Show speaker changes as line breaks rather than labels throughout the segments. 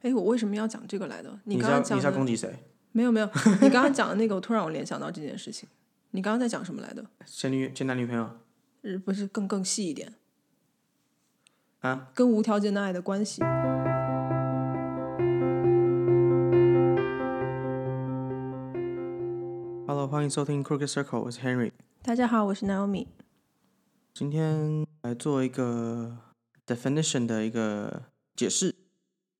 哎，我为什么要讲这个来的？
你
刚
是要
刚
你
讲
是要攻
的
击谁？
没有没有，你刚刚讲的那个，我突然我联想到这件事情。你刚刚在讲什么来的？
前女前男女朋友
呃不是更更细一点，
啊？
跟无条件的爱的关系。
Hello，欢迎收听 Crooked Circle，我是 Henry。
大家好，我是 Naomi。
今天来做一个 definition 的一个解释。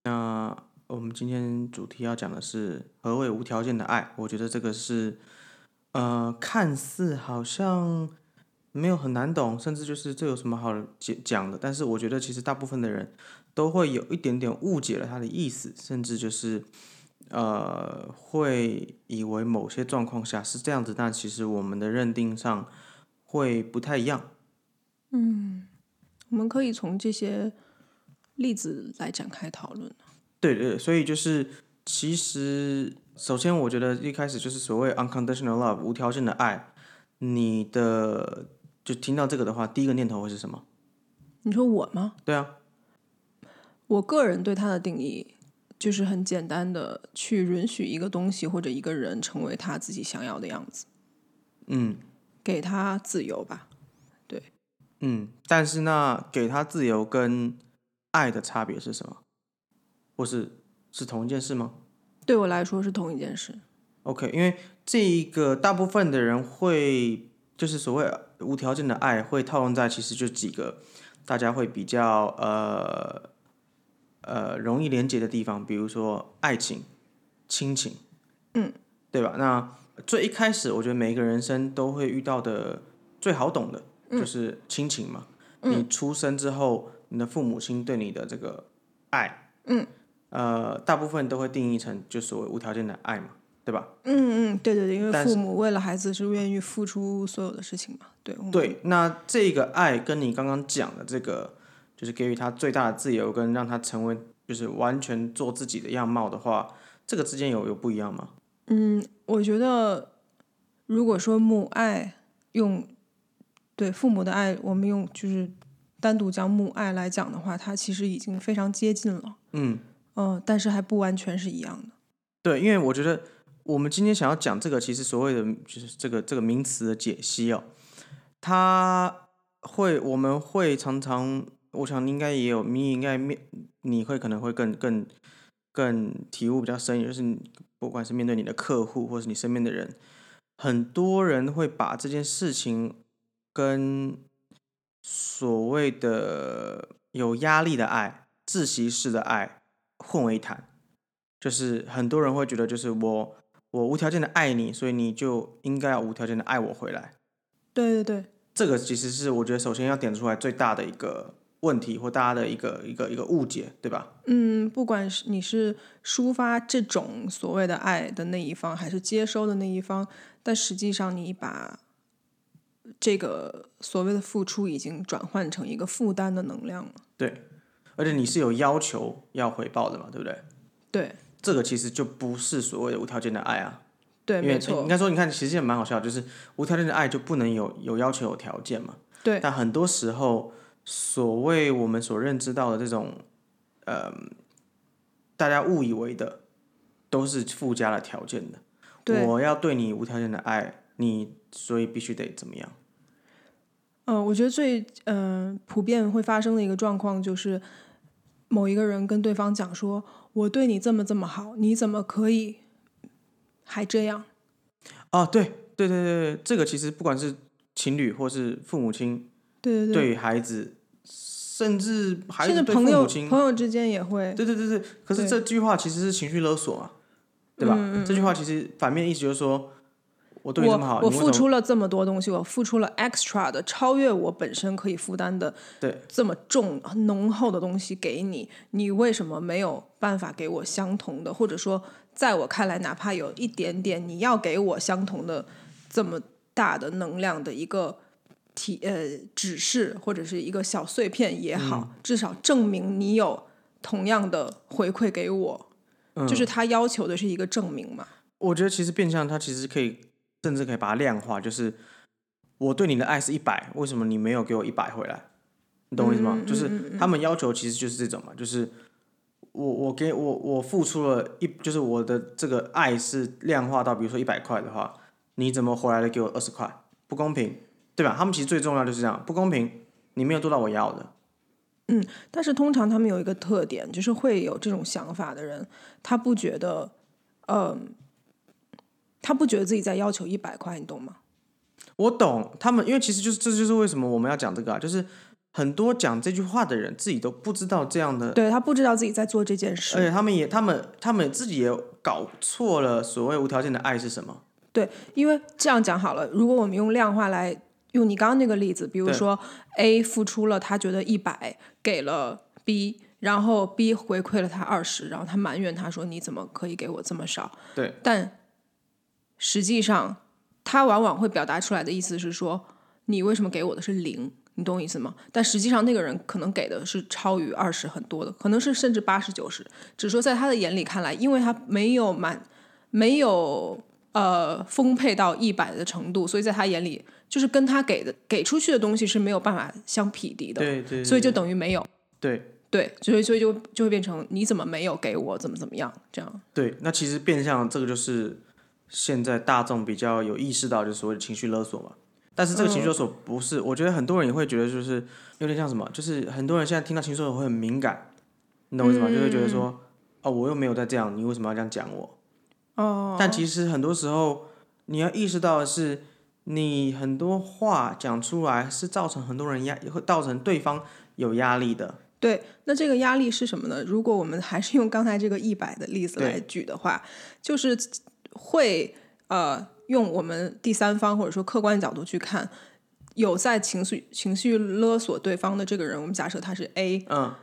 那我们今天主题要讲的是何谓无条件的爱。我觉得这个是，呃，看似好像没有很难懂，甚至就是这有什么好解讲的？但是我觉得其实大部分的人都会有一点点误解了它的意思，甚至就是。呃，会以为某些状况下是这样子，但其实我们的认定上会不太一样。
我们可以从这些例子来展开讨论。
对对，所以就是其实，首先我觉得一开始就是所谓 unconditional love 无条件的爱，你的就听到这个的话，第一个念头会是什么？
你说我吗？
对啊，
我个人对它的定义就是很简单的，去允许一个东西或者一个人成为他自己想要的样子，
嗯
给他自由吧。
嗯，但是那给他自由跟爱的差别是什么？或是是同一件事吗
对我来说是同一件事。
？OK，因为这一个大部分的人会就是所谓无条件的爱会套用在其实就几个大家会比较呃呃容易连接的地方，比如说爱情、亲情，
嗯，
对吧？那最一开始，我觉得每一个人生都会遇到的最好懂的、
嗯
就是亲情嘛。你出生之后，你的父母亲对你的这个爱，
嗯，
呃，大部分都会定义成就所谓无条件的爱嘛，对吧？
嗯嗯，对对对，因为
但
父母为了孩子是愿意付出所有的事情嘛。对，我们
对，那这个爱跟你刚刚讲的这个，就是给予他最大的自由，跟让他成为就是完全做自己的样貌的话，这个之间有有不一样吗？
嗯，我觉得如果说母爱用对父母的爱，我们用就是单独将母爱来讲的话，它其实已经非常接近了。
嗯，
嗯、但是还不完全是一样的。
对，因为我觉得我们今天想要讲这个，其实所谓的就是这个这个名词的解析哦，它会我们会常常，我想你应该也有，你应该面你会可能会更更更体悟比较深，也就是你不管是面对你的客户或是你身边的人，很多人会把这件事情跟所谓的有压力的爱、窒息式的爱混为一谈。就是很多人会觉得，就是我我无条件的爱你，所以你就应该要无条件的爱我回来。
对对对，
这个其实是我觉得首先要点出来最大的一个问题或大家的一个一个一个误解，对吧？
嗯，不管是你是抒发这种所谓的爱的那一方，还是接收的那一方，但实际上你把这个所谓的付出已经转换成一个负担的能量了。
对，而且你是有要求要回报的嘛，对不对？
对
这个其实就不是所谓的无条件的爱啊，
对，
因为
没错
应，该说，你看，其实也蛮好笑的，就是无条件的爱就不能有有要求有条件嘛。
对
但很多时候，所谓我们所认知到的这种，呃，大家误以为的，都是附加了条件的。
对。
我要对你无条件的爱，你所以必须得怎么样？
嗯，我觉得最嗯、普遍会发生的一个状况就是，某一个人跟对方讲说：“我对你这么这么好，你怎么可以还这样
哦，对对对对对，这个其实不管是情侣或是父母亲？”
对对
对于孩子，嗯甚至孩
甚
子
至
对
朋
父
友
母亲，
朋友之间也会，
对对对对，嗯可是
对
这句话其实是情绪勒索嘛，对吧？这句话其实反面意思就是说，我对你这么好，
我我
你为什
付
么
出了这么多东西，我付出了 extra 的，超越我本身可以负担的，
对，
这么重浓厚的东西给你，你为什么没有办法给我相同的？或者说，在我看来，哪怕有一点点，你要给我相同的这么大的能量的一个提呃指示，或者是一个小碎片也好，
嗯
至少证明你有同样的回馈给我。
嗯
就是他要求的是一个证明嘛，
我觉得其实变相它其实可以，甚至可以把它量化，就是我对你的爱是一百，为什么你没有给我一百回来？你懂我意思吗？就是他们要求其实就是这种嘛，就是我我给我我付出了一，就是我的这个爱是量化到，比如说一百块的话，你怎么回来的给我二十块？不公平，对吧？他们其实最重要就是这样，不公平，你没有做到我要的。
但是通常他们有一个特点，就是会有这种想法的人，他不觉得，嗯、他不觉得自己在要求一百块，你懂吗？
我懂他们，因为其实就是这就是为什么我们要讲这个啊，就是很多讲这句话的人自己都不知道这样的
对他不知道自己在做这件
而
事，
且他们也，他们他们自己也搞错了所谓无条件的爱是什么。
对，因为这样讲好了，如果我们用量化来用你刚刚那个例子，比如
对
说 A 付出了他觉得一百，给了 B，然后 B 回馈了他二十，然后他埋怨他说你怎么可以给我这么少？
对，
但实际上，他往往会表达出来的意思是说，你为什么给我的是零？你懂我意思吗？但实际上，那个人可能给的是超于二十很多的，可能是甚至八十九十。只说在他的眼里看来，因为他没有满，没有呃丰沛到一百的程度，所以在他眼里，就是跟他给的给出去的东西是没有办法相匹敌的，
对对，
所以就等于没有。
对
对，所以所以就就会变成你怎么没有给我，怎么怎么样这样。
对。那其实变相这个就是现在大众比较有意识到，就是所谓的情绪勒索嘛。但是这个情绪勒索不是，我觉得很多人也会觉得就是有点像什么，就是很多人现在听到情绪勒索会很敏感，你懂我意思吗？就会觉得
嗯
说，哦，我又没有在这样，你为什么要这样讲我？
哦，
但其实很多时候，你要意识到的是，你很多话讲出来是造成很多人压，会造成对方有压力的。
对，那这个压力是什么呢？如果我们还是用刚才这个一百的例子
对
来举的话，就是会呃用我们第三方或者说客观角度去看，有在情绪情绪勒索对方的这个人，我们假设他是 A，
嗯，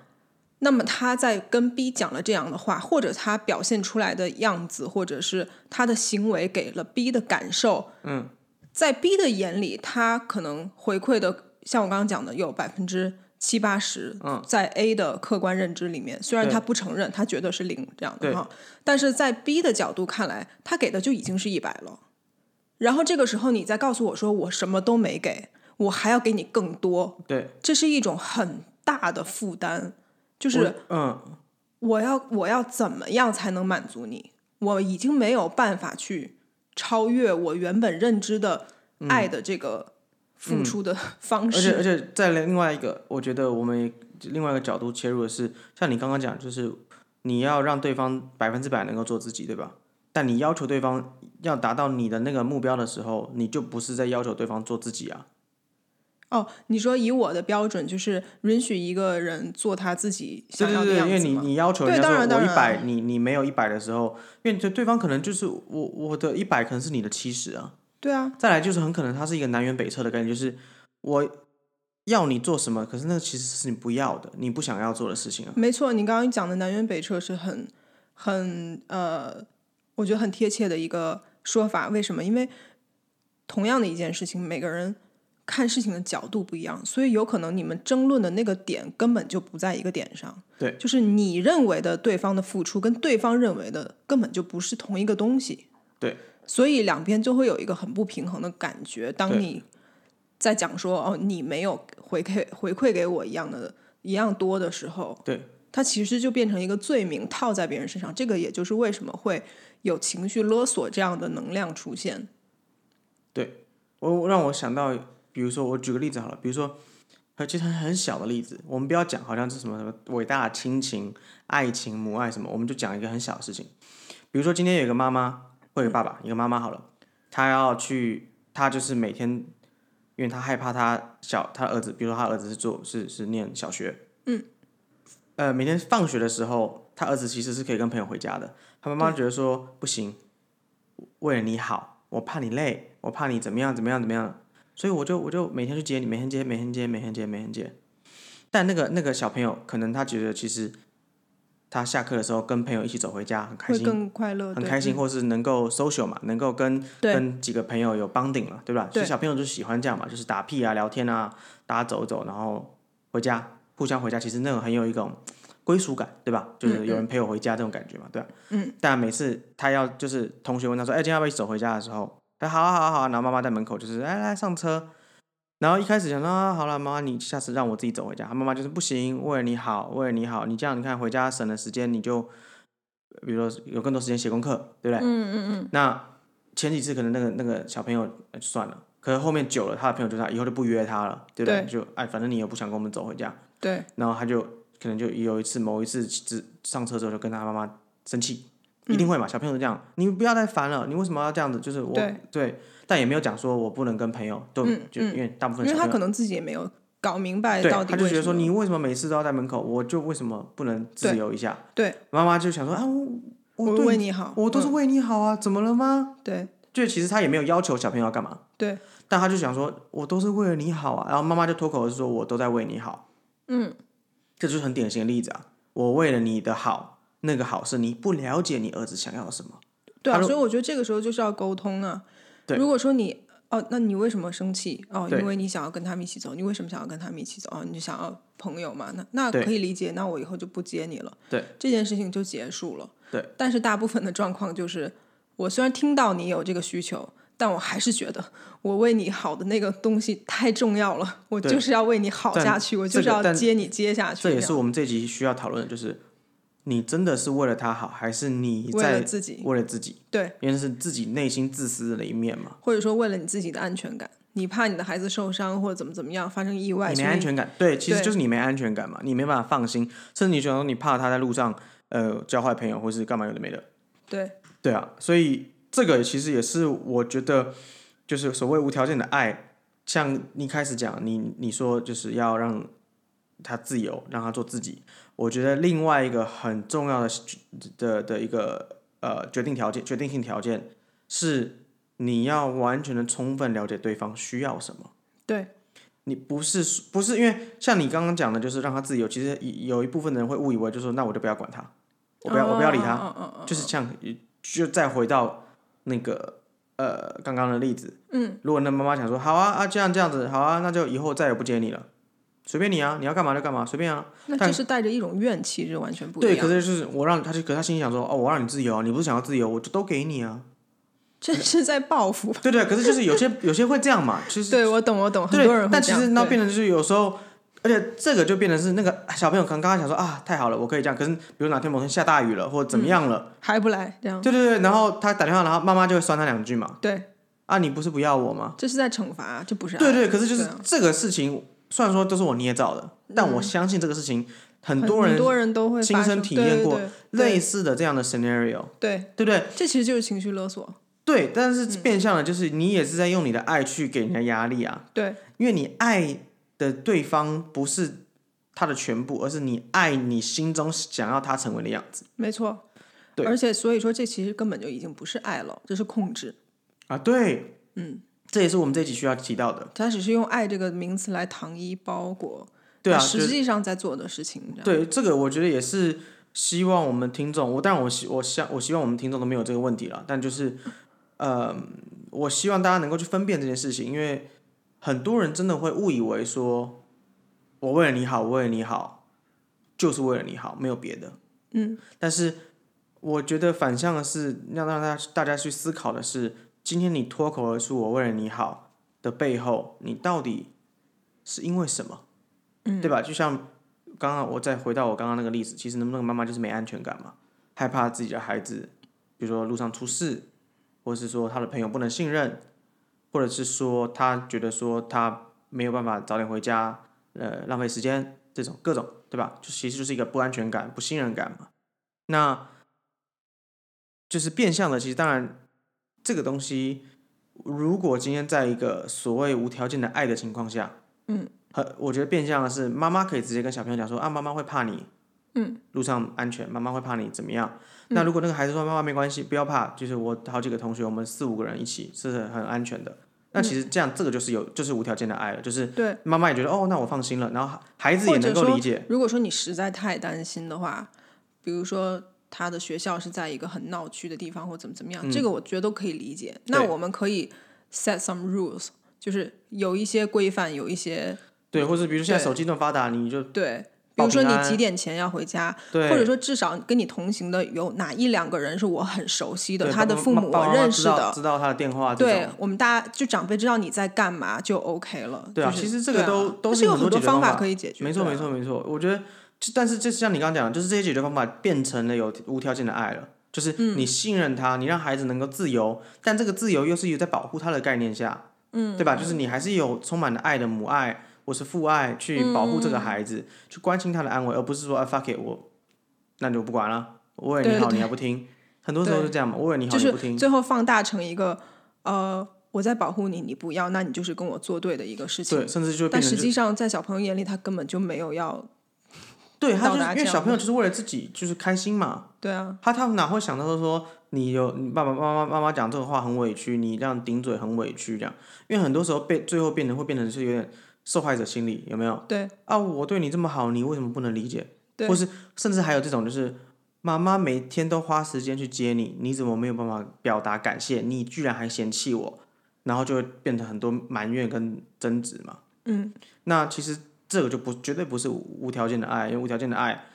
那么他在跟 B 讲了这样的话，或者他表现出来的样子，或者是他的行为给了 B 的感受，嗯，在 B 的眼里，他可能回馈的，像我刚刚讲的，有百分之七八十，嗯，在 A 的客观认知里面，虽然
对
他不承认，他觉得是零这样的
对
哈，但是在 B 的角度看来，他给的就已经是一百了。然后这个时候你再告诉我说我什么都没给，我还要给你更多，
对，
这是一种很大的负担，就是
我嗯，
我要我要怎么样才能满足你？我已经没有办法去超越我原本认知的爱的这个付出的 方
嗯而且而
式。
且在另外一个，我觉得我们也另外一个角度切入的是，像你刚刚讲，就是你要让对方百分之百能够做自己，对吧？但你要求对方要达到你的那个目标的时候，你就不是在要求对方做自己啊。
哦，你说以我的标准，就是允许一个人做他自己
对
想
对
要的
对，
样
因为
子
你
吗？
你要求
对
人家
当
说
然当
我一百，
然
你你没有一百的时候，因为对对方可能就是我我的一百可能是你的七十啊。
对啊，
再来就是很可能它是一个南辕北辙的概念，就是我要你做什么，可是那其实是你不要的，你不想要做的事情啊。
没错，你刚刚讲的南辕北辙是很很呃，我觉得很贴切的一个说法。为什么？因为同样的一件事情，每个人看事情的角度不一样，所以有可能你们争论的那个点根本就不在一个点上。
对
就是你认为的对方的付出，跟对方认为的根本就不是同一个东西。
对，
所以两边就会有一个很不平衡的感觉。当
对
你在讲说哦，你没有回馈回馈给我一样的一样多的时候，
对，
它其实就变成一个罪名套在别人身上。这个也就是为什么会有情绪勒索这样的能量出现。
我让我想到，比如说我举个例子好了，比如说，呃，其实很很小的例子，我们不要讲好像是什么什么伟大的亲情、爱情、母爱什么，我们就讲一个很小的事情，比如说今天有一个妈妈或者一个爸爸，一个妈妈好了，她要去，她就是每天，因为她害怕她小她儿子，比如说她儿子是做是是念小学，嗯，呃，每天放学的时候，她儿子其实是可以跟朋友回家的，她妈妈觉得说不行，为了你好，我怕你累，我怕你怎么样怎么样怎么样，所以我就我就每天去接你，每天接，每天接，每天接，每天接。但那个那个小朋友，可能他觉得其实他下课的时候跟朋友一起走回家很开
会
心，
更快乐，
很
哦对嗯
开心，。或是能够 social 嘛，能够跟
对
跟几个朋友有 bonding 了，对吧？所以
对
小朋友就喜欢这样嘛，就是打屁啊、聊天啊，大家走一走，然后回家，互相回家，其实那种很有一种归属感，对吧？
嗯
就是有人陪我回家这种感觉嘛，对吧？嗯。但每次他要就是哎同学问他说：“哎，今天要不要一起走回家？”的时候，他说好啊好啊好啊，然后妈妈在门口就是来来上车，然后一开始想说啊，好了，妈妈，你下次让我自己走回家。妈妈就是不行，为了你好，为了你好，你这样你看回家省了时间，你就比如说有更多时间写功课，对不
嗯
对？
嗯嗯，
那前几次可能那个那个小朋友呃算了，可是后面久了，他的朋友就他以后就不约他了，对不对？
对
就哎，反正你也不想跟我们走回家，
对，
然后他就可能就有一次某一次只上车之后就跟他妈妈生气，
嗯
一定会嘛，小朋友都这样，你不要再烦了，你为什么要这样子？就是我
对
但也没有讲说我不能跟朋友，对，
嗯
就因为大部
因
分
为
小
他
朋友
可能自己也没有搞明白
对，
到底
他
为什么。
就觉得说你为什么每次都要在门口，我就为什么不能自
对
由一下？
对，
妈妈就想说啊，我
我
我对
为
你，
你好，
我都是
嗯
为你好啊，怎么了吗？
对
就其实他也没有要求小朋友要干嘛，
对，
但他就想说，我都是为了你好啊。然后妈妈就脱口而出说，我都在为你好。
嗯，
这就是很典型的例子啊。我为了你的好，那个好是你不了解你儿子想要什么。
对
他
啊，
如
所以我觉得这个时候就是要沟通啊。
对
如果说你哦，那你为什么生气？哦，
对
因为你想要跟他们一起走，你为什么想要跟他们一起走？哦，你想要朋友嘛？那那
对
可以理解，那我以后就不接你了。
对，
这件事情就结束了。
对，
但是大部分的状况就是，我虽然听到你有这个需求，但我还是觉得我为你好的那个东西太重要了，我
对
就是要为你好
但
下去，我
这
就是
个
要
但
接你接下去。
这啊也是
样
我们这集需要讨论的，就是你真的是为了他好，还是你
为了
在
自己，
为了自己？
对，
因为是自己内心自私的一面嘛，
或者说为了你自己的安全感，你怕你的孩子受伤或者怎么怎么样发生意外，
你
所
没
以
安全感。对，其实
对
就是你没安全感嘛，你没办法放心，甚至你觉得你怕他在路上呃交坏朋友或是干嘛有的没的。
对
对啊，所以这个其实也是我觉得，就是所谓无条件的爱，像你开始讲，你你说就是要让他自由，让他做自己。我觉得另外一个很重要的的的一个呃决定条件，决定性条件是你要完全的充分了解对方需要什么。
对
你不是不是因为像你刚刚讲的，就是让他自由。其实有一部分人会误以为，就是说那我就不要管他，我不要、我不要理他，
嗯嗯嗯，
就是像就再回到那个呃刚刚的例子，嗯，如果那妈妈想说好啊啊这样这样子好啊，那就以后再也不接你了，随便你啊，你要干嘛就干嘛，随便啊。
那
但
就是带着一种怨气，这完全不一
对，
样。
可是就是我让他就，可是他心里想说哦，我让你自由啊，你不是想要自由，我就都给你啊。
这是在报复吧？
对对，可是就是有些有些会这样嘛，其实
对，我懂，我懂，很
对，
多人会
但
这
其
样
实那
对
变成就是有时候，而且这个就变成是那个小朋友可能刚刚想说啊太好了，我可以这样，可是比如哪天某天下大雨了或
嗯
者怎么样了，
还不来这样，
对对对，然后他打电话，然后妈妈就会酸他两句嘛，
对，
啊你不是不要我吗？
这是在惩罚，啊这不是爱
对对，可是就是
对啊嗯
这个事情，虽然说都是我捏造的，但我相信这个事情很
很
多人
很多人都会
亲
发
身
生
体验过类
对
似的这样的 scenario，
对
对不对？
对，这其实就是情绪勒索，
对，但是
嗯
变相的就是你也是在用你的爱去给人家压力啊，
对
因为你爱的对方不是他的全部，而是你爱你心中想要他成为的样子
没错。
对
而且所以说，这其实根本就已经不是爱了，这是控制。
啊。对，
嗯，
这也是我们这一集需要提到的。
他只是用“爱”这个名词来糖衣包裹，
对啊，
他
就
呃实际上在做的事情，你知道吗
对，这个我觉得也是希望我们听众，我当然我希我希我希望我们听众都没有这个问题了，但就是，呃，我希望大家能够去分辨这件事情，因为很多人真的会误以为说，我为了你好，我为了你好，就是为了你好，没有别的。
嗯，
但是我觉得反向的是，要让大家大家去思考的是，今天你脱口而出“我为了你好”的背后，你到底是因为什么？嗯，对吧？就像刚刚我再回到我刚刚那个例子，其实那个妈妈就是没安全感嘛，害怕自己的孩子，比如说路上出事，或是说他的朋友不能信任，或者是说他觉得说他没有办法早点回家，呃，浪费时间这种各种，对吧？就其实就是一个不安全感、不信任感嘛。那就是变相的，其实当然这个东西，如果今天在一个所谓无条件的爱的情况下，
嗯，
很我觉得变相的是，妈妈可以直接跟小朋友讲说啊，妈妈会怕你，
嗯，
路上安全，妈妈会怕你怎么样？那如果那个孩子说妈妈没关系，不要怕，就是我好几个同学，我们四五个人一起是很很安全的。那其实
嗯
这样，这个就是有，就是无条件的爱了，就是
对
妈妈也觉得哦，那我放心了，然后孩子也
或者
能够
说，
理解，
如果说你实在太担心的话，比如说他的学校是在一个很闹区的地方，或怎么怎么样，
嗯
这个我觉得都可以理解。那我们可以 set some rules，就是有一些规范，有一些
对，或者比如现在
对
手机这么发达，你就
对。比如说
报
你
平安
几点前要回家，
对，
或者说至少跟你同行的有哪一两个人是我很熟悉的，
对
他的
爸
父母
爸
我
妈
认
啊知
识
道
的
知，道他的电话啊这
对
种。
我们大家就长辈知道你在干嘛就 OK 了。
对啊
就是
其实这个
对啊
都都
它
是
是有
很多
很多
解决方
法
法
可以解决。
没错，
对啊
没错，没错。我觉得，就但是这像你刚刚讲的，就是这些解决方法变成了有无条件的爱了，就是
嗯
你信任他，你让孩子能够自由，但这个自由又是有在保护他的概念下，嗯，对吧？就是你还是有充满了爱的母爱或是父爱去保护这个孩
嗯
子，去关心他的安危，而不是说啊 fuck it 我，那就不管了，我为了你
对
好
对
你还不听，很多时候
对
是这样嘛，我为了你好
就
你
是
不听，
最后放大成一个呃，我在保护你，你不要，那你就是跟我作对的一个事情
对，。甚至就会
但
变成
实
就
际上，在小朋友眼里，他根本就没有要，
对他
到
就是
达
因
这
为
样
小朋友就是为了自己就是开心嘛，
对啊，
他他们哪会想到说你有你爸爸妈妈妈妈讲这个话很委屈，你这样顶嘴很委屈这样，因为很多时候被最后变成会变成是有点受害者心理，有没有？
对
啊，我对你这么好，你为什么不能理解？
对
或是甚至还有这种就是妈妈每天都花时间去接你，你怎么没有办法表达感谢？你居然还嫌弃我，然后就会变成很多埋怨跟争执嘛。
嗯，
那其实这个就不绝对不是无无条件的爱，因为无条件的爱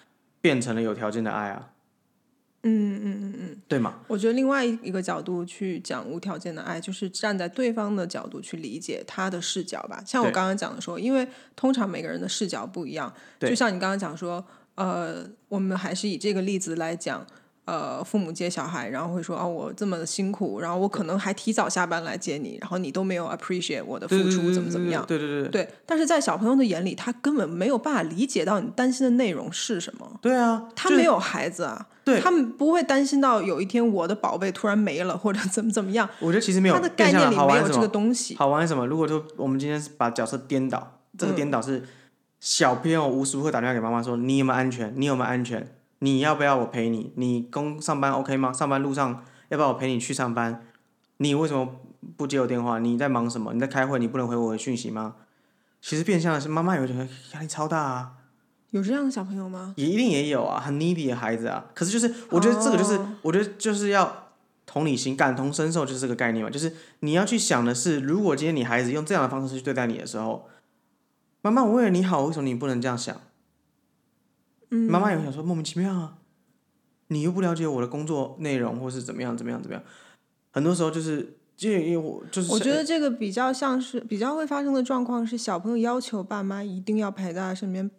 变成了有条件的爱啊，
嗯嗯嗯嗯。
对吗？
我觉得另外一个角度去讲无条件的爱，就是站在对方的角度去理解他的视角吧。像我
对
刚刚讲的说，因为通常每个人的视角不一样，
对
就像你刚刚讲说，呃，我们还是以这个例子来讲。呃，父母接小孩，然后会说哦，我这么辛苦，然后我可能还提早下班来接你，然后你都没有 appreciate 我的付
对对
出，
对
怎么怎么样？
对对对对
对，但是在小朋友的眼里，他根本没有办法理解到你担心的内容是什么。
对啊，
他
就是
没有孩子啊，
对
他们不会担心到有一天我的宝贝突然没了或 者怎么怎么样，
我觉得其实没有
他的概念里
好
没
玩
有
是
这
什
个
么？
东西。
好玩是什么？如果说我们今天是把角色颠倒，这个颠倒是小朋友无时无刻打电话给妈妈说：“你有没有安全？你有没有安全？你要不要我陪你？你工上班 OK 吗？上班路上要不要我陪你去上班？你为什么不接我电话？你在忙什么？你在开会，你不能回我的讯息吗？”其实变相的是，妈妈有点压力超大啊，
有这样的小朋友吗？
也一定也有啊，很 needy 的孩子啊。可是就是，我觉得这个就是，
哦
我觉得就是要同理心、感同身受，就是这个概念嘛。就是你要去想的是，如果今天你孩子用这样的方式去对待你的时候，妈妈，我为了你好，为什么你不能这样想？
嗯
妈妈也会想说莫名其妙啊，你又不了解我的工作内容，或是怎么样怎么样怎么样。很多时候就是，就因为我就是，
我觉得这个比较像是比较会发生的状况是，小朋友要求爸妈一定要陪在他身边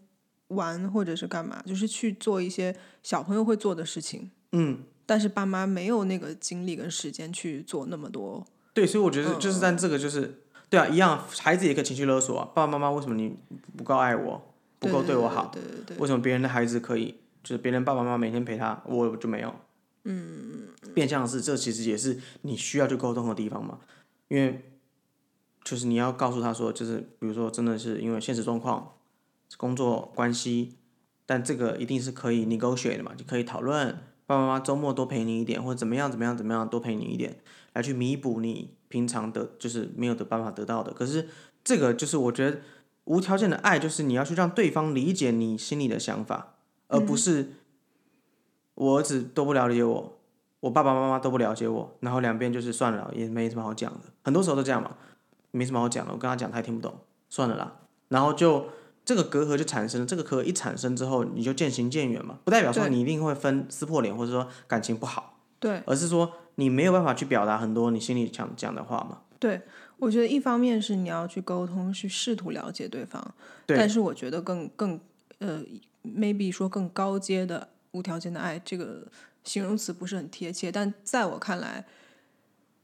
玩，或者是干嘛，就是去做一些小朋友会做的事情，
嗯，
但是爸妈没有那个精力跟时间去做那么多。
对，所以我觉得
嗯
就是，但这个就是。对啊，一样，孩子也可以情绪勒索啊。爸爸妈妈为什么你不够爱我，不够对我好？
对对对，
为什么别人的孩子可以，就是别人爸爸妈妈每天陪他，我就没有？嗯，变相是这其实也是你需要去沟通的地方嘛，因为就是你要告诉他说，就是比如说真的是因为现实状况、工作关系，但这个一定是可以 negotiate 的嘛，就可以讨论。爸爸妈妈周末多陪你一点，或者怎么样怎么样怎么样多陪你一点，来去弥补你平常的就是没有的办法得到的。可是这个就是我觉得无条件的爱，就是你要去让对方理解你心里的想法，而
嗯
不是我儿子都不了解我，我爸爸妈妈都不了解我，然后两边就是算了，也没什么好讲的。很多时候都这样嘛，没什么好讲的，我跟他讲他也听不懂，算了啦。然后就这个隔阂就产生了，这个隔阂一产生之后，你就渐行渐远嘛，不代表说
对
你一定会分撕破脸，或者说感情不好，
对
而是说你没有办法去表达很多你心里想讲的话嘛。
对，我觉得一方面是你要去沟通，去试图了解对方，
对
但是我觉得更更呃，maybe 说更高阶的无条件的爱这个形容词不是很贴切，但在我看来，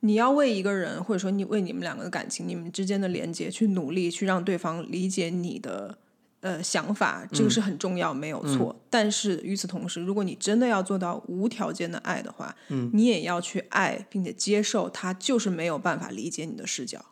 你要为一个人或者说你为你们两个的感情、你们之间的连接去努力，去让对方理解你的。呃，想法这个是很重要，没有错。但是与此同时，如果你真的要做到无条件的爱的话，嗯、你也要去爱，并且接受他就是没有办法理解你的视角，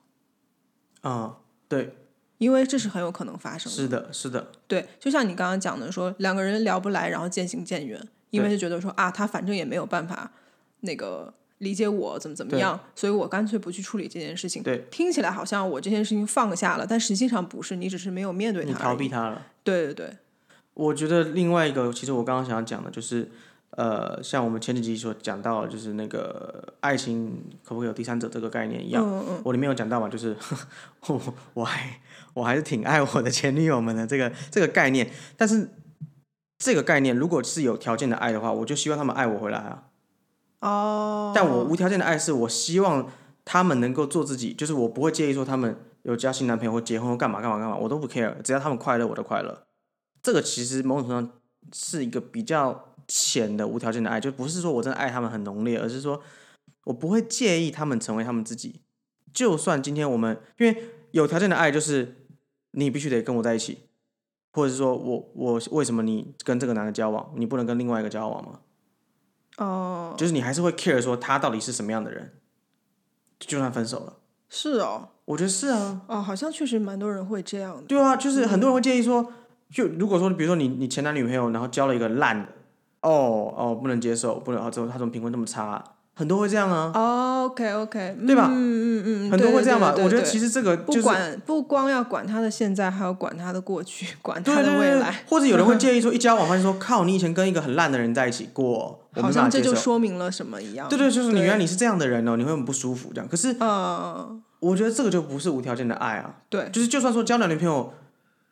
嗯，对，
因为这是很有可能发生的。
是的，是的，
对，就像你刚刚讲的说，两个人聊不来，然后渐行渐远，因为就觉得说啊，他反正也没有办法那个理解我怎么怎么
对
样，所以我干脆不去处理这件事情。
对，
听起来好像我这件事情放下了，但实际上不是，你只是没有面对
你
它，
逃避。他了。
对对对，
我觉得另外一个，其实我刚刚想要讲的就是，呃，像我们前几集所讲到，就是那个爱情可不可以有第三者这个概念一样，
嗯嗯，
我里面有讲到嘛，就是 我我还我还是挺爱我的前女友们的这个这个概念，但是这个概念如果是有条件的爱的话，我就希望他们爱我回来啊。
哦，
但我无条件的爱是我希望他们能够做自己，就是我不会介意说他们有交新男朋友或结婚或干嘛干嘛干嘛，我都不 care，只要他们快乐我都快乐。这个其实某种程度上是一个比较浅的无条件的爱，就不是说我真的爱他们很浓烈，而是说我不会介意他们成为他们自己。就算今天我们因为有条件的爱，就是你必须得跟我在一起，或者是说我我为什么你跟这个男的交往，你不能跟另外一个交往吗？
哦，
就是你还是会 care 说他到底是什么样的人，就算分手了，
是哦，
我觉得是啊，
哦，好像确实蛮多人会这样的。
对啊，就是很多人会建议说，就如果说比如说你你前男女朋友然后交了一个烂的，哦哦不能接受，不能啊，怎么他怎么评分那么差啊、很多会这样啊，
哦，OK OK，
对吧
嗯嗯嗯嗯，
很多会这样吧
吧。，
我觉得
对
其实这个就
不
是
管不光要管他的现在，还要管他的过去，管
对
他
对
的
对
未
对
来。
或者有人会建 议说一交往发现说靠你以前跟一个很烂的人在一起过，我没
好
办法
像
接
这就
受，
说明了什么一样。
对对，就是你
对
原来你是这样的人哦，你会很不舒服这样，可是
呃，
我觉得这个就不是无条件的爱啊，
对，
就是就算说交男女朋友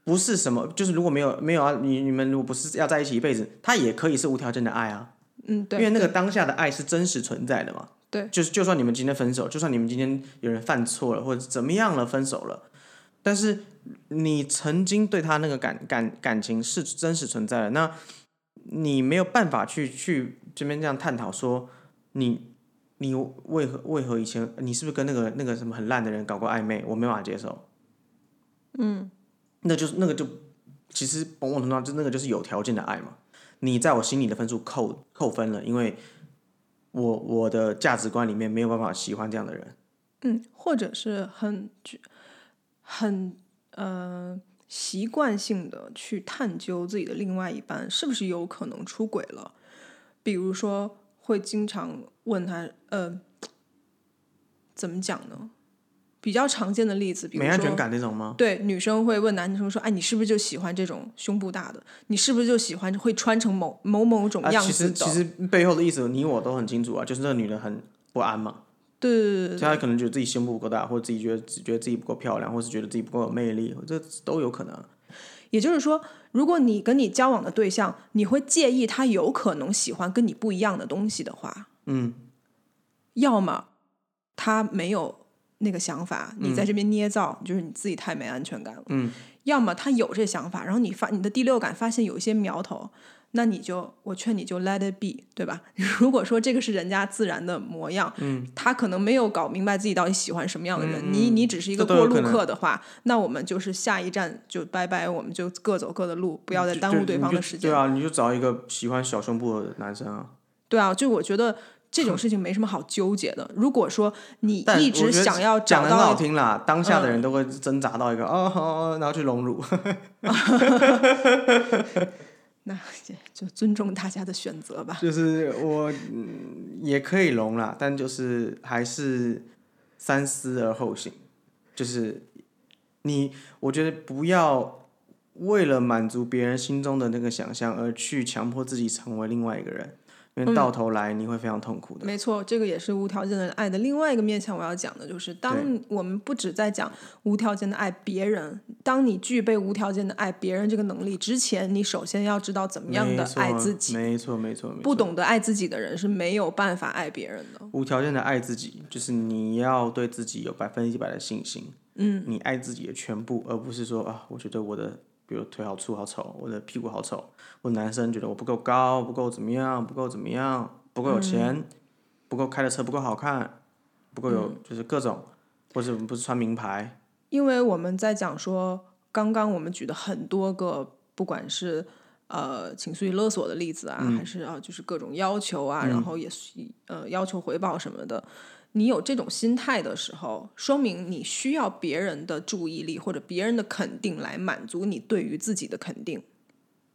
不是什么，就是如果没有没有啊，你你们如果不是要在一起一辈子，他也可以是无条件的爱啊，
嗯
因
对，
为那个当下的爱是真实存在的嘛。
对，
就是就算你们今天分手，就算你们今天有人犯错了或者怎么样了，分手了，但是你曾经对他那个感感感情是真实存在的，那你没有办法去去这边这样探讨说你。你为何为何以前你是不是跟那个那个什么很烂的人搞过暧昧？我没办法接受。那就是那个就其实某种程度上，就那个就是有条件的爱嘛。你在我心里的分数扣扣分了，因为我我的价值观里面没有办法喜欢这样的人。
嗯，或者是很很呃习惯性的去探究自己的另外一半是不是有可能出轨了，比如说会经常问他，呃，怎么讲呢？比较常见的例子，比如
没安全
说。
感那种吗？
对，女生会问男生说：“哎，你是不是就喜欢这种胸部大的？你是不是就喜欢会穿成某某某种
啊，
样
其
子
实
的？”
其实背后的意思你我都很清楚啊，就是那个女人很不安嘛，
对对对对
所以她可能觉得自己胸部不够大，或者自己觉得觉得自己不够漂亮，或是觉得自己不够有魅力，这都有可能啊。
也就是说，如果你跟你交往的对象，你会介意他有可能喜欢跟你不一样的东西的话，
嗯，
要么他没有那个想法，你在这边捏造，就是你自己太没安全感了。
嗯，
要么他有这想法，然后你发你的第六感发现有一些苗头，那你就我劝你就 let it be，对吧？ 如果说这个是人家自然的模样，嗯，他可能没有搞明白自己到底喜欢什么样的人，你你只是一个
嗯这都
过
有
路
可能
客的话，那我们就是下一站就拜拜，我们就各走各的路，不要再
就
耽误
嗯就
对
你
方
就
的时间
对。啊，你就找一个喜欢小胸部的男生啊。
对啊，就我觉得这 种事情没什么好纠结的。如果说你
但
一
我
直
觉得
想要
讲
找
的很好
到，嗯
听啦，当下的人都会挣扎到一个、哦哦，哦然后去荣辱。
那就尊重大家的选择 吧。
就是我、嗯也可以容啦，但就是还是三思而后行。就是你，我觉得不要为了满足别人心中的那个想象而去强迫自己成为另外一个人，因
嗯
为到头来你会非常痛苦的。
没错，这个也是无条件的爱的另外一个面向。我要讲的就是，当我们不只在讲无条件的爱别人，当你具备无条件的爱别人这个能力之前，你首先要知道怎么样的
没错
爱自己。
没错，没错，没错。
不懂得爱自己的人是没有办法爱别人的。
无条件的爱自己，就是你要对自己有百分之一百的信心。嗯，你爱自己的全部，而不是说啊，我觉得我的，比如腿好粗好丑，我的屁股好丑，我男生觉得我不够高，不够怎么样，不够怎么样，不够有钱，
嗯
不够开的车不够好看，不够有、就是各种，或者不是穿名牌，
因为我们在讲说，刚刚我们举的很多个，不管是呃情绪勒索的例子啊，还是啊就是各种要求啊，然后也是呃要求回报什么的。你有这种心态的时候，说明你需要别人的注意力或者别人的肯定来满足你对于自己的肯定。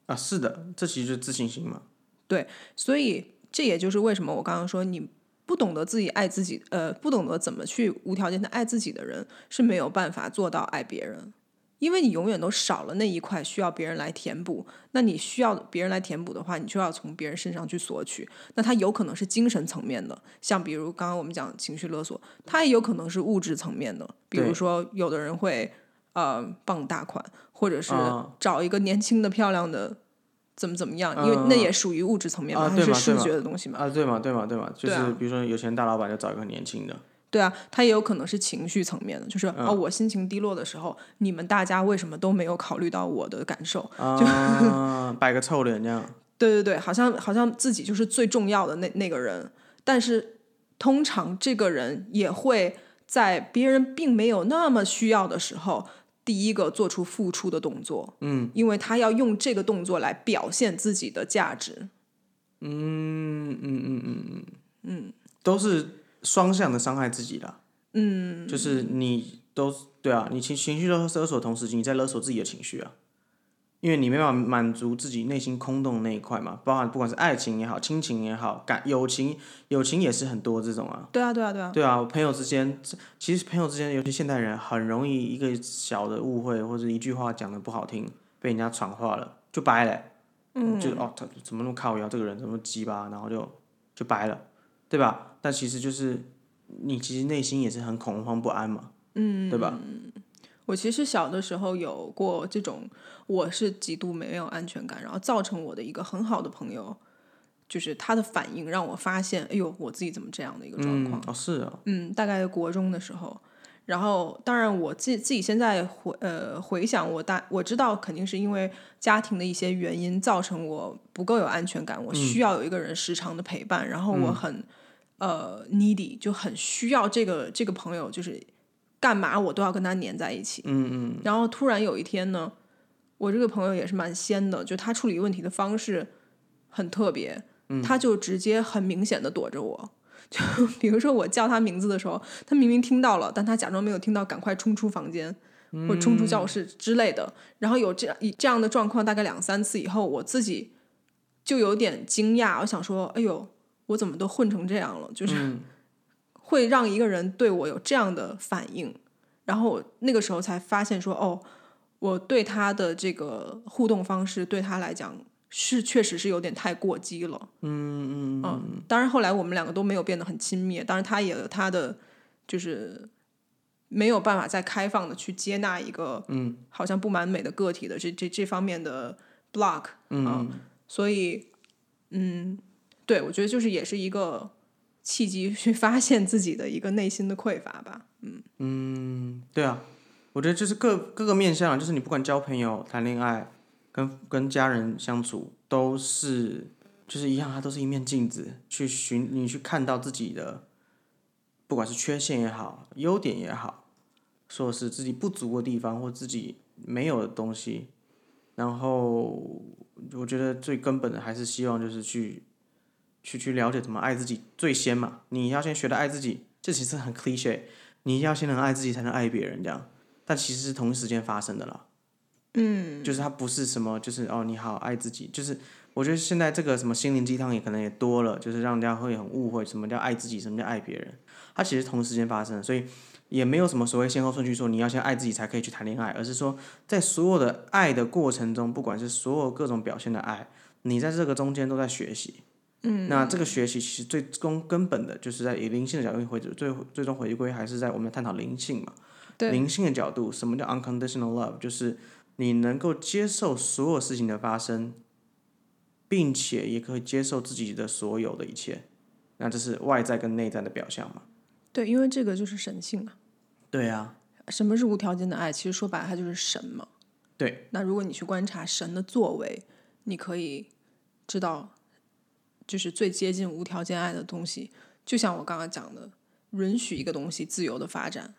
啊，是的，这其实就是自信心嘛。
所以这也就是为什么我刚刚说你不懂得自己爱自己，呃，不懂得怎么去无条件的爱自己的人是没有办法做到爱别人，因为你永远都少了那一块需要别人来填补。那你需要别人来填补的话，你就要从别人身上去索取。那它有可能是精神层面的，像比如刚刚我们讲情绪勒索，它也有可能是物质层面的，比如
对
说有的人会呃傍大款，或者是
啊
找一个年轻的漂亮的怎么怎么样，因为那
嗯
也属于物质层面
啊
嘛，它
对
是
嘛对
视
嘛
觉的东西嘛。
啊，对嘛，对嘛，对嘛，就
对啊
是比如说有钱大老板就找一个年轻的，
对啊，它也有可能是情绪层面的，就是
嗯
啊、我心情低落的时候，你们大家为什么都没有考虑到我的感受？
啊，摆个臭脸这样，
对对对，好像好像自己就是最重要的那那个人，但是通常这个人也会在别人并没有那么需要的时候，第一个做出付出的动作，嗯，因为他要用这个动作来表现自己的价值，
嗯嗯嗯嗯嗯嗯，都是双向的伤害自己的，嗯，就是你都对啊，你情情绪勒勒索的同时，你在勒索自己的情绪啊，因为你没办法满足自己内心空洞的那一块嘛，包含不管是爱情也好，亲情也好，感友情友情也是很多这种啊，
对啊对啊对啊，
对啊，朋友之间，这其实朋友之间，尤其现代人，很容易一个小的误会或者一句话讲的不好听，被人家传话了，就掰了欸、嗯，就哦，他怎么那么靠腰，这个人怎么那么鸡巴，然后就就掰了，对吧？但其实就是你其实内心也是很恐慌不安嘛，嗯，对吧？
我其实小的时候有过这种，我是极度没有安全感，然后造成我的一个很好的朋友，就是他的反应让我发现，哎呦，我自己怎么这样的一个状况
嗯。，哦，是哦，
嗯，大概国中的时候。然后，当然我自自己现在回呃回想我大我知道肯定是因为家庭的一些原因造成我不够有安全感，我
嗯
需要有一个人时常的陪伴，然后我很、呃 needy 就很需要这个这个朋友，就是干嘛我都要跟他黏在一起。
嗯嗯，
然后突然有一天呢，我这个朋友也是蛮仙的，就他处理问题的方式很特别，
嗯
他就直接很明显的躲着我。就比如说我叫他名字的时候，他明明听到了，但他假装没有听到，赶快冲出房间。或者冲出教室之类的，然后有这样这样的状况大概两三次以后，我自己就有点惊讶，我想说，哎呦，我怎么都混成这样了？就是 会让一个人对我有这样的反应，然后我那个时候才发现说，哦，我对他的这个互动方式对他来讲是确实是有点太过激了。嗯嗯当然后来我们两个都没有变得很亲密，当然他也有他的就是没有办法再开放的去接纳一个嗯好像不完美的个体的这这这方面的 block 嗯、啊所以嗯，对我觉得就是也是一个契机去发现自己的一个内心的匮乏吧。嗯
对啊，我觉得就是各各个面向，就是你不管交朋友、谈恋爱、跟跟家人相处，都是就是一样，它都是一面镜子，去寻你去看到自己的，不管是缺陷也好，优点也好，说是自己不足的地方或自己没有的东西，然后我觉得最根本的还是希望就是去。去去了解怎么爱自己最先嘛，你要先学着爱自己，这其实很 cliche，你要先能爱自己，才能爱别人，这样。但其实是同一时间发生的啦。嗯，就是它不是什么，就是哦，你好爱自己，就是我觉得现在这个什么心灵鸡汤也可能也多了，就是让人家会很误会什么叫爱自己，什么叫爱别人。它其实同时间发生的，所以也没有什么所谓先后顺序，说你要先爱自己才可以去谈恋爱，而是说在所有的爱的过程中，不管是所有各种表现的爱，你在这个中间都在学习。
嗯
那这个学习其实最根根本的就是在以灵性的角度回最最终回归还是在我们探讨灵性嘛。
对
灵性的角度，什么叫 unconditional love？就是你能够接受所有事情的发生，并且也可以接受自己的所有的一切。那这是外在跟内在的表象嘛？
对，因为这个就是神性啊。
对啊，
什么是无条件的爱？其实说白了，它就是神嘛。
对，
那如果你去观察神的作为，你可以知道，就是最接近无条件爱的东西。就像我刚刚讲的，允许一个东西自由的发展，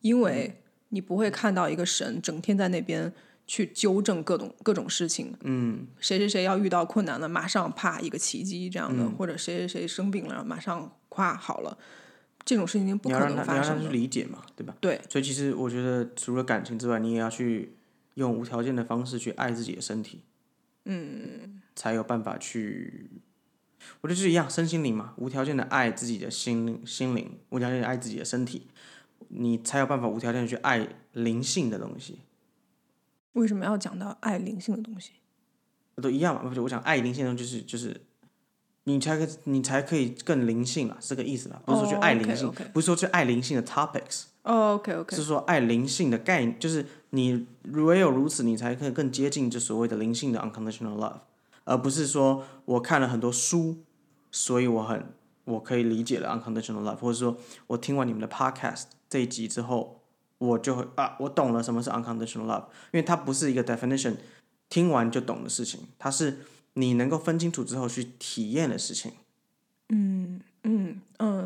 因
嗯
为你不会看到一个神整天在那边去纠正各种各种事情。嗯，谁谁谁要遇到困难了，马上啪一个奇迹这样的，
嗯
或者谁谁谁生病了，马上夸好了，这种事情不
你
可
要让
能
他你要
发
让他
生
去
的。
理解嘛，对吧？
对，
所以其实我觉得，除了感情之外，你也要去用无条件的方式去爱自己的身体，嗯，才有办法去。我觉得就是一样，身心灵嘛，无条件的爱自己的心心灵，无条件的爱自己的身体，你才有办法无条件的去爱灵性的东西，
为什么要讲到爱灵性的东西？
都一样嘛。不是，我想爱灵性的东西就是就是，你才可你才可以更灵性了，是这个意思吧？不是说去
哦
爱灵性
OK，OK
不是说去爱灵性的 topics，
哦，OK，OK、o k
是
OK，
说爱灵性的概念，就是你唯有如此，你才可以更接近这所谓的灵性的 unconditional love。而不是说我看了很多书，所以我很我可以理解了 unconditional love，或者说我听完你们的 podcast 这一集之后，我就会啊，我懂了什么是 unconditional love，因为它不是一个 definition，听完就懂的事情，它是你能够分清楚之后去体验的事情。
嗯嗯，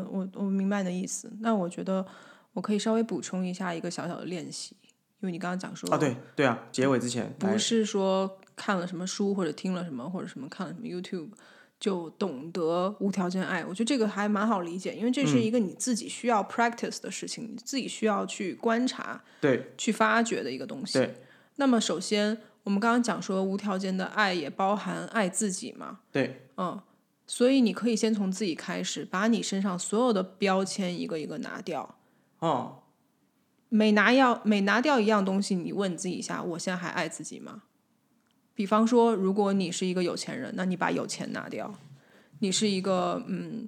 我我明白你的意思。那我觉得我可以稍微补充一下一个小小的练习，因为你刚刚讲说
啊，对对啊，结尾之前来
不是说看了什么书或者听了什么或者什么看了什么 YouTube 就懂得无条件爱。我觉得这个还蛮好理解，因为这
嗯
是一个你自己需要 practice 的事情，你自己需要去观察、
对
去发掘的一个东西。
对
那么首先，我们刚刚讲说无条件的爱也包含爱自己嘛，
对
嗯。所以你可以先从自己开始，把你身上所有的标签一个一个拿掉。
哦，
每拿要每拿掉一样东西，你问自己一下：我现在还爱自己吗？比方说，如果你是一个有钱人，那你把有钱拿掉；你是一个嗯，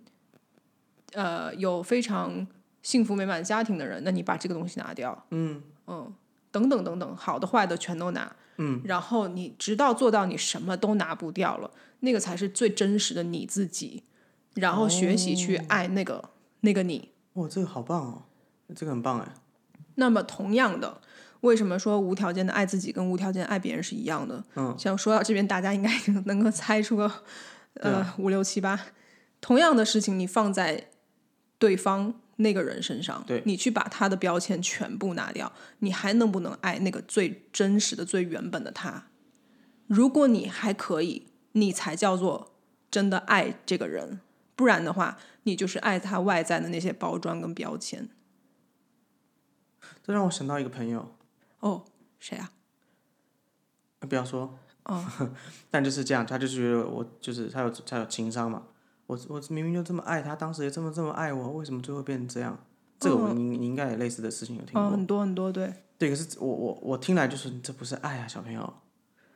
呃，有非常幸福美满家庭的人，那你把这个东西拿掉。嗯嗯，等等等等，好的坏的全都拿。嗯，然后你直到做到你什么都拿不掉了，那个才是最真实的你自己。然后学习去爱那个、那个你。
哇，这个好棒哦，这个很棒哎，
那么同样的，为什么说无条件的爱自己跟无条件爱别人是一样的？嗯，像说到这边，大家应该已经能够猜出个呃五六七八。同样的事情，你放在对方那个人身上，
对
你去把他的标签全部拿掉，你还能不能爱那个最真实的、最原本的他？如果你还可以，你才叫做真的爱这个人，不然的话，你就是爱他外在的那些包装跟标签。
这让我想到一个朋友，
哦，谁啊？
呃不要说，
哦
但就是这样，他就觉得我就是他有他有情商嘛，我我明明就这么爱他，当时也这么这么爱我，为什么最后变成这样？这个我你你应该也类似的事情有听过，
哦，很多很多，对，
对，可是我我我听来就是这不是爱啊，小朋友。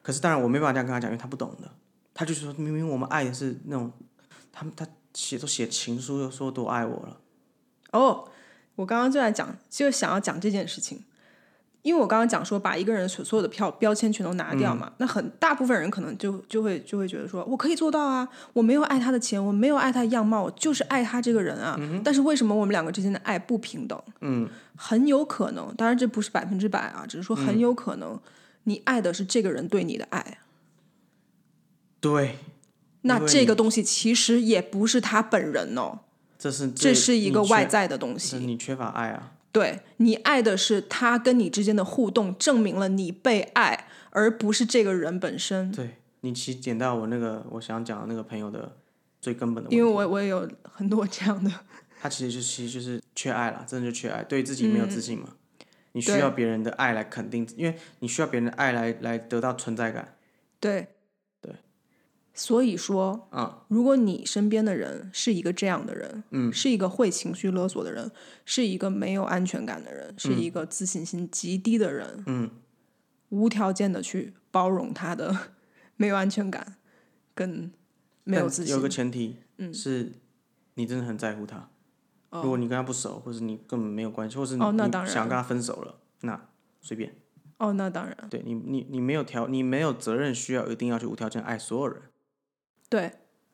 可是当然我没办法这样跟他讲，因为他不懂的。他就是说，明明我们爱的是那种，他们他写都写情书，又说多爱我了。
哦，我刚刚就在讲，就想要讲这件事情，因为我刚刚讲说把一个人所所有的票标签全都拿
嗯
掉嘛，那很大部分人可能就就会就会觉得说，我可以做到啊，我没有爱他的钱，我没有爱他的样貌，我就是爱他这个人啊。但是为什么我们两个之间的爱不平等？
嗯，
很有可能，当然这不是百分之百啊，只是说
嗯
很有可能你爱的是这个人对你的爱，
对，
那
因为
这个东西其实也不是他本人哦，
这是最
这是一个
你缺
外，在的东
这
西。
你缺乏爱啊。
对你爱的是他跟你之间的互动，证明了你被爱，而不是这个人本身。
对你其实点到我那个我想讲的那个朋友的最根本的问题，
因为我我也有很多这样的，
他其实就其实就是缺爱了，真的就缺爱，对自己没有
嗯
自信嘛。你需要别人的爱来肯定，因为你需要别人的爱来来得到存在感。
对
对。
所以说，
嗯，
如果你身边的人是一个这样的人，嗯，是一个会情绪勒索的人，是一个没有安全感的人，是一个自信心极低的人，
嗯，
无条件的去包容他的 没有安全感跟没有
但
自
有个
信，嗯
前提，是你真的很在乎他。如果你跟他不熟，或者你根本没有关系，或者你
哦那
你
当然
想跟他分手了，那随便。
哦，那当然。
对你，你你没有条，你没有责任需要一定要去无条件爱所有人，
对，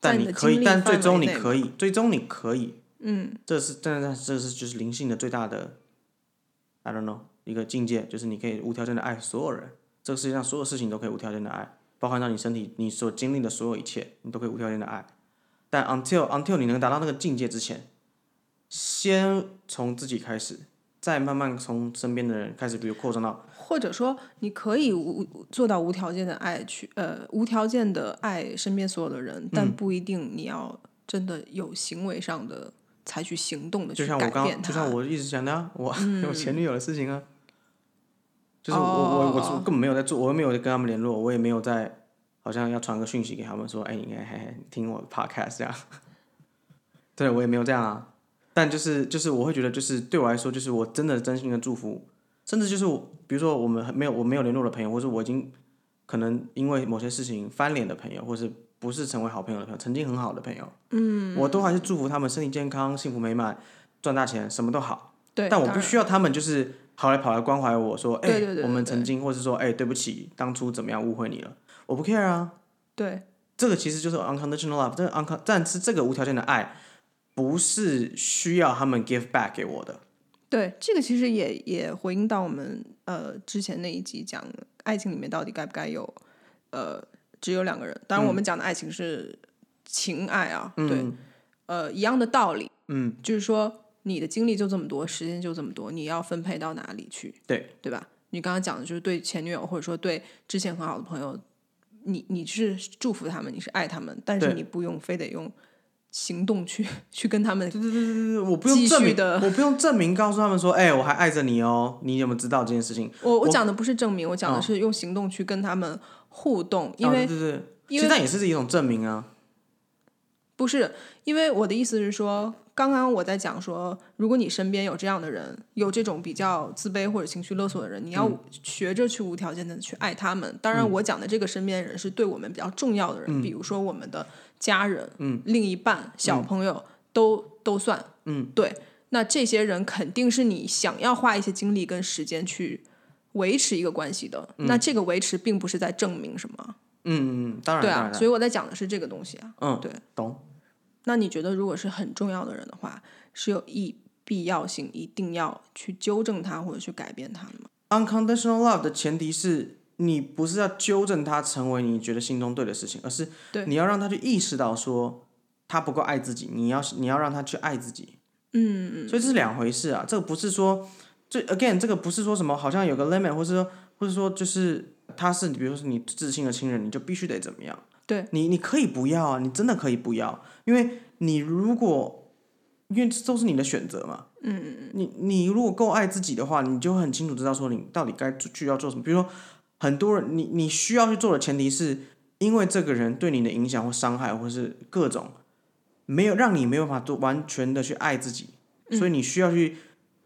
在
但
你
你
的
可以，
经历
但
范
最
围
终你
内
可以，最终你可以，
嗯，
这是，但但这是就是灵性的最大的，I don't know，一个境界，就是你可以无条件的爱所有人，这个世界上所有事情都可以无条件的爱，包含到你身体你所经历的所有一切，你都可以无条件的爱。但 until until 你能达到那个境界之前，先从自己开始，再慢慢从身边的人开始，比如扩张到
或者说你可以无做到无条件的爱去呃无条件的爱身边所有的人，
嗯
但不一定你要真的有行为上的采取行动的
就
去
像我
改
刚
变
刚，
它。嗯
就像我一直讲的、啊，我、 我前女友的事情啊，就是我、我我
哦
我根本没有在做，我又没有在跟他们联络，我也没有在，好像要传个讯息给他们说，哎，你应该嘿嘿听我的 podcast 这样。 对，我也没有这样啊，但就是就是我会觉得，就是对我来说，就是我真的真心的祝福，甚至就是我，比如说我们没有我没有联络的朋友，或者我已经可能因为某些事情翻脸的朋友，或是不是成为好朋友的朋友，曾经很好的朋友，嗯，我都还是祝福他们身体健康、幸福美满、赚大钱，什么都好。
对，
但我
当
不
然
需要他们就是跑来跑来关怀我说，哎、
对对对对
我们
对
曾经，或是说，哎、对不起，当初怎么样误会你了，我不 care 啊，
对
这个其实就是 unconditional love，这个 uncon 但是这个无条件的爱不是需要他们 give back 给我的，
对，这个其实也也回应到我们呃之前那一集讲爱情里面到底该不该有呃只有两个人，当然我
嗯
们讲的爱情是情爱啊，对，呃一样的道理，
嗯，
就是说你的精力就这么多，时间就这么多，你要分配到哪里去，
对
对吧？你刚刚讲的就是对前女友或者说对之前很好的朋友，你你是祝福他们，你是爱他们，但是
对
你不用非得用行动去 去跟他们
嗯我不
继
用证
续
明
的
我不用证明告诉他们说，哎、我还爱着你哦，你有没有知道这件事情？
我我讲的不是证明，我讲的是用行动去跟他们互动，因
嗯哦、
为
对对对，
因
其实那也是一种证明啊，
不是因为我的意思是说，刚刚我在讲说，如果你身边有这样的人，有这种比较自卑或者情绪勒索的人，你
嗯
要学着去无条件的去爱他们。当然，我讲的这个身边人是对我们比较重要的人，
嗯
比如说我们的家人、嗯、另一半、小朋友、都都算。嗯，对。那这些人肯定是你想要花一些精力跟时间去维持一个关系的。
嗯
那这个维持并不是在证明什么，
嗯嗯嗯，当然
对
当
啊。
然，
所以我在讲的是这个东西啊。
嗯，
对，
懂，
那你觉得，如果是很重要的人的话，是有必必要性，一定要去纠正他或者去改变他的吗？
unconditional love 的前提是你不是要纠正他成为你觉得心中对的事情，而是
对
你要让他去意识到说他不够爱自己，你要你要让他去爱自己。嗯嗯，所以这是两回事啊，这个不是说这 again 这个不是说什么好像有个 limit，或是说或是说就是他是比如说你至亲的亲人，你就必须得怎么样。
对，
你你可以不要啊，你真的可以不要，因为你如果因为这都是你的选择嘛，嗯嗯你你如果够爱自己的话，你就会很清楚知道说你到底该去要做什么。比如说，很多人你你需要去做的前提是因为这个人对你的影响或伤害，或是各种没有让你没有办法做完全的去爱自己，所以你需要去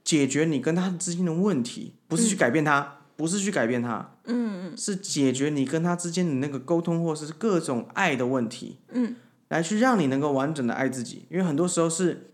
解决你跟他之间的问题，不是去改变他，不是去改变他，是解决你跟他之间的那个沟通，或者是各种爱的问题，嗯，来去让你能够完整的爱自己，因为很多时候是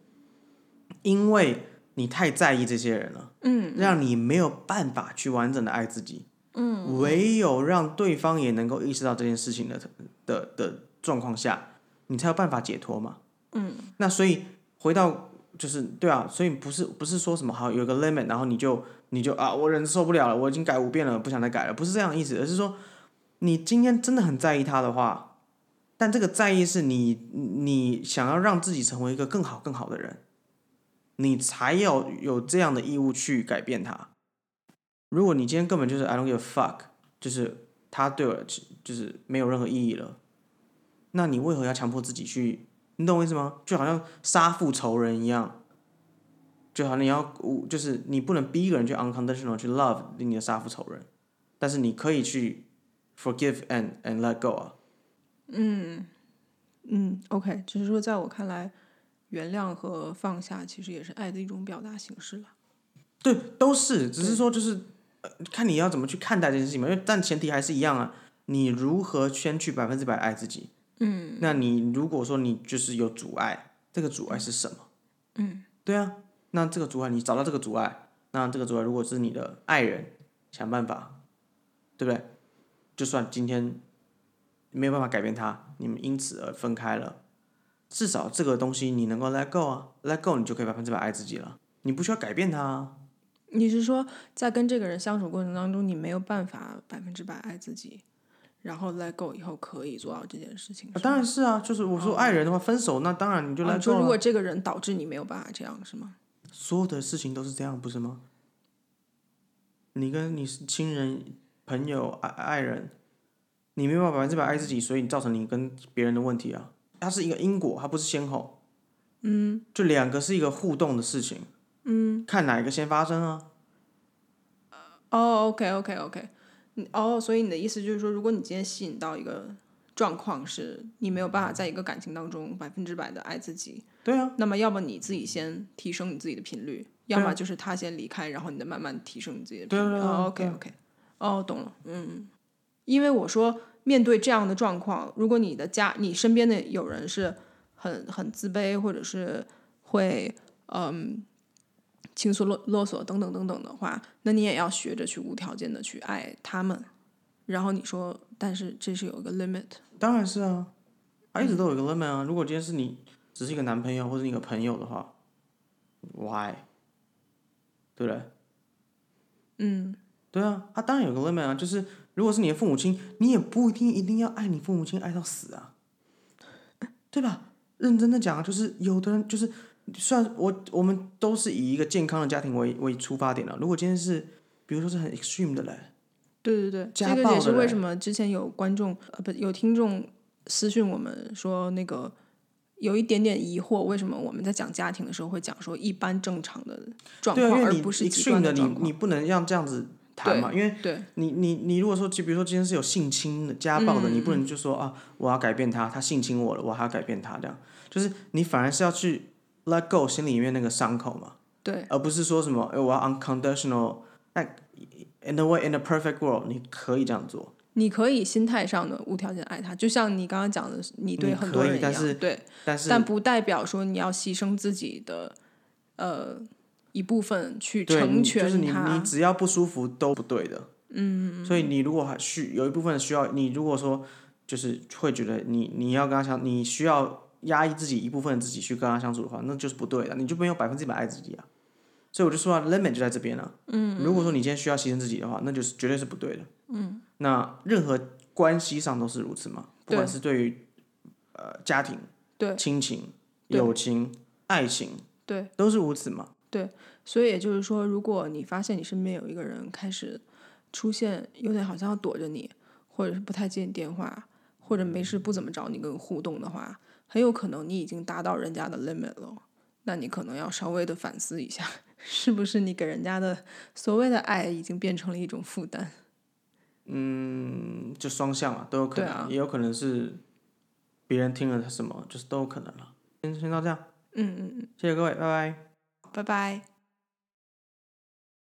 因为你太在意这些人了，嗯，让你没有办法去完整的爱自己，嗯，唯有让对方也能够意识到这件事情的的的状况下，你才有办法解脱嘛，嗯，那所以回到。就是对啊，所以不是不是说什么好有个 limit，然后你就你就啊，我忍受不了了，我已经改五遍了，不想再改了，不是这样的意思，而是说，你今天真的很在意他的话，但这个在意是你你想要让自己成为一个更好更好的人，你才要有这样的义务去改变他。如果你今天根本就是 I don't give a fuck，就是他对我就是没有任何意义了，那你为何要强迫自己去？你懂我意思吗？就好像杀父仇人一样。就好像你要，就是你不能逼一个人去 unconditional 去 love 你的杀父仇人，但是你可以去 forgive and and let go 啊。
嗯，OK，只是说在我看来，原谅和放下其实也是爱的一种表达形式了。
对，都是，只是说就是、呃看你要怎么去看待这件事情嘛。因为但前提还是一样啊，你如何先去百分之百爱自己。嗯，那你如果说你就是有阻碍，这个阻碍是什么？嗯，对啊，那这个阻碍你找到这个阻碍，那这个阻碍如果是你的爱人，想办法，对不对？就算今天没有办法改变他，你们因此而分开了，至少这个东西你能够 let go 啊，let go 你就可以百分之百爱自己了，你不需要改变他啊。
你是说，在跟这个人相处过程当中，你没有办法百分之百爱自己，然后 let go 以后可以做到这件事情
啊？当然是啊，就是我说爱人的话，分手那当然你就来
哦啊，
做
说如
了。
果这个人导致你没有办法这样，是吗？
所有的事情都是这样，不是吗？你跟你是亲人、朋友、爱爱人，你没有办法百分之百爱自己，所以你造成你跟别人的问题啊。它是一个因果，它不是先后。嗯，就两个是一个互动的事情。嗯，看哪一个先发生啊？
哦，OK，OK，OK、o k OK OK，你哦所以你的意思就是说，如果你今天吸引到一个状况是你没有办法在一个感情当中百分之百的爱自己，
对啊，
那么要么你自己先提升你自己的频率，
对
要
啊
么就是他先离开，然后你再慢慢提升你自己的频
对啊
率。
对啊对啊
哦，OK OK，哦，懂了，嗯，因为我说面对这样的状况，如果你的家、你身边的有人是很很自卑，或者是会嗯倾诉勒勒索等等等等的话，那你也要学着去无条件的去爱他们。然后你说，但是这是有一个 limit，
当然是啊。它一直都
嗯
有一个 limit 啊。如果今天是你只是一个男朋友或者你一个朋友的话，why？对不对？
嗯，
对啊，啊，当然有个 limit 啊，就是如果是你的父母亲，你也不一定一定要爱你父母亲爱到死啊，对吧？认真的讲啊，就是有的人就是，虽然我我们都是以一个健康的家庭为为出发点了、啊如果今天是，比如说是很 extreme 的人，
对对对，
家
这个
暴
也
的
是为
嘞
什么之前有观众呃不有听众私讯我们说那个有一点点疑惑，为什么我们在讲家庭的时候会讲说一般正常的状
对啊，
况，
因
而
为你
不是极
extreme
端
的你
状况。
你不能让这样子谈嘛，因为
对
你你你如果说，就比如说今天是有性侵的、家暴的，你不能就说啊，我要改变他，他性侵我了，我还要改变他，这样就是你反而是要去 let go 心里面那个伤口嘛，
对，
而不是说什么，哎、我要 unconditional。那 in the way in the perfect world，你可以这样做，
你可以心态上的无条件爱他，就像你刚刚讲的，你对
你
很
可
多
以
人一
但是
样，对，
但是
但不代表说你要牺牲自己的呃一部分去
对，
成
你就是
全
你
他。
你只要不舒服都不对的。嗯，所以你如果还需有一部分需要，你如果说就是会觉得你你要跟他相，你需要压抑自己一部分自己去跟他相处的话，那就是不对的，你就没有百分之百爱自己啊。所以我就说啊，limit 就在这边了、嗯，如果说你今天需要牺牲自己的话，那就是绝对是不对的。嗯，那任何关系上都是如此嘛，不
对
管是对于呃家庭、
对
亲情、
对
友情、爱情，
对，
都是如此嘛。
所以也就是说，如果你发现你身边有一个人开始出现有点好像要躲着你，或者是不太接你电话，或者没事不怎么找你跟你互动的话，很有可能你已经达到人家的 limit 了。那你可能要稍微的反思一下， 是不是你给人家的所谓的爱已经变成了一种负担？
嗯，就双向嘛，都有可
对
能，
啊
也有可能是别人听了什么，就是都有可能了。先先到这样，
嗯嗯嗯，
谢谢各位，拜拜。
拜拜。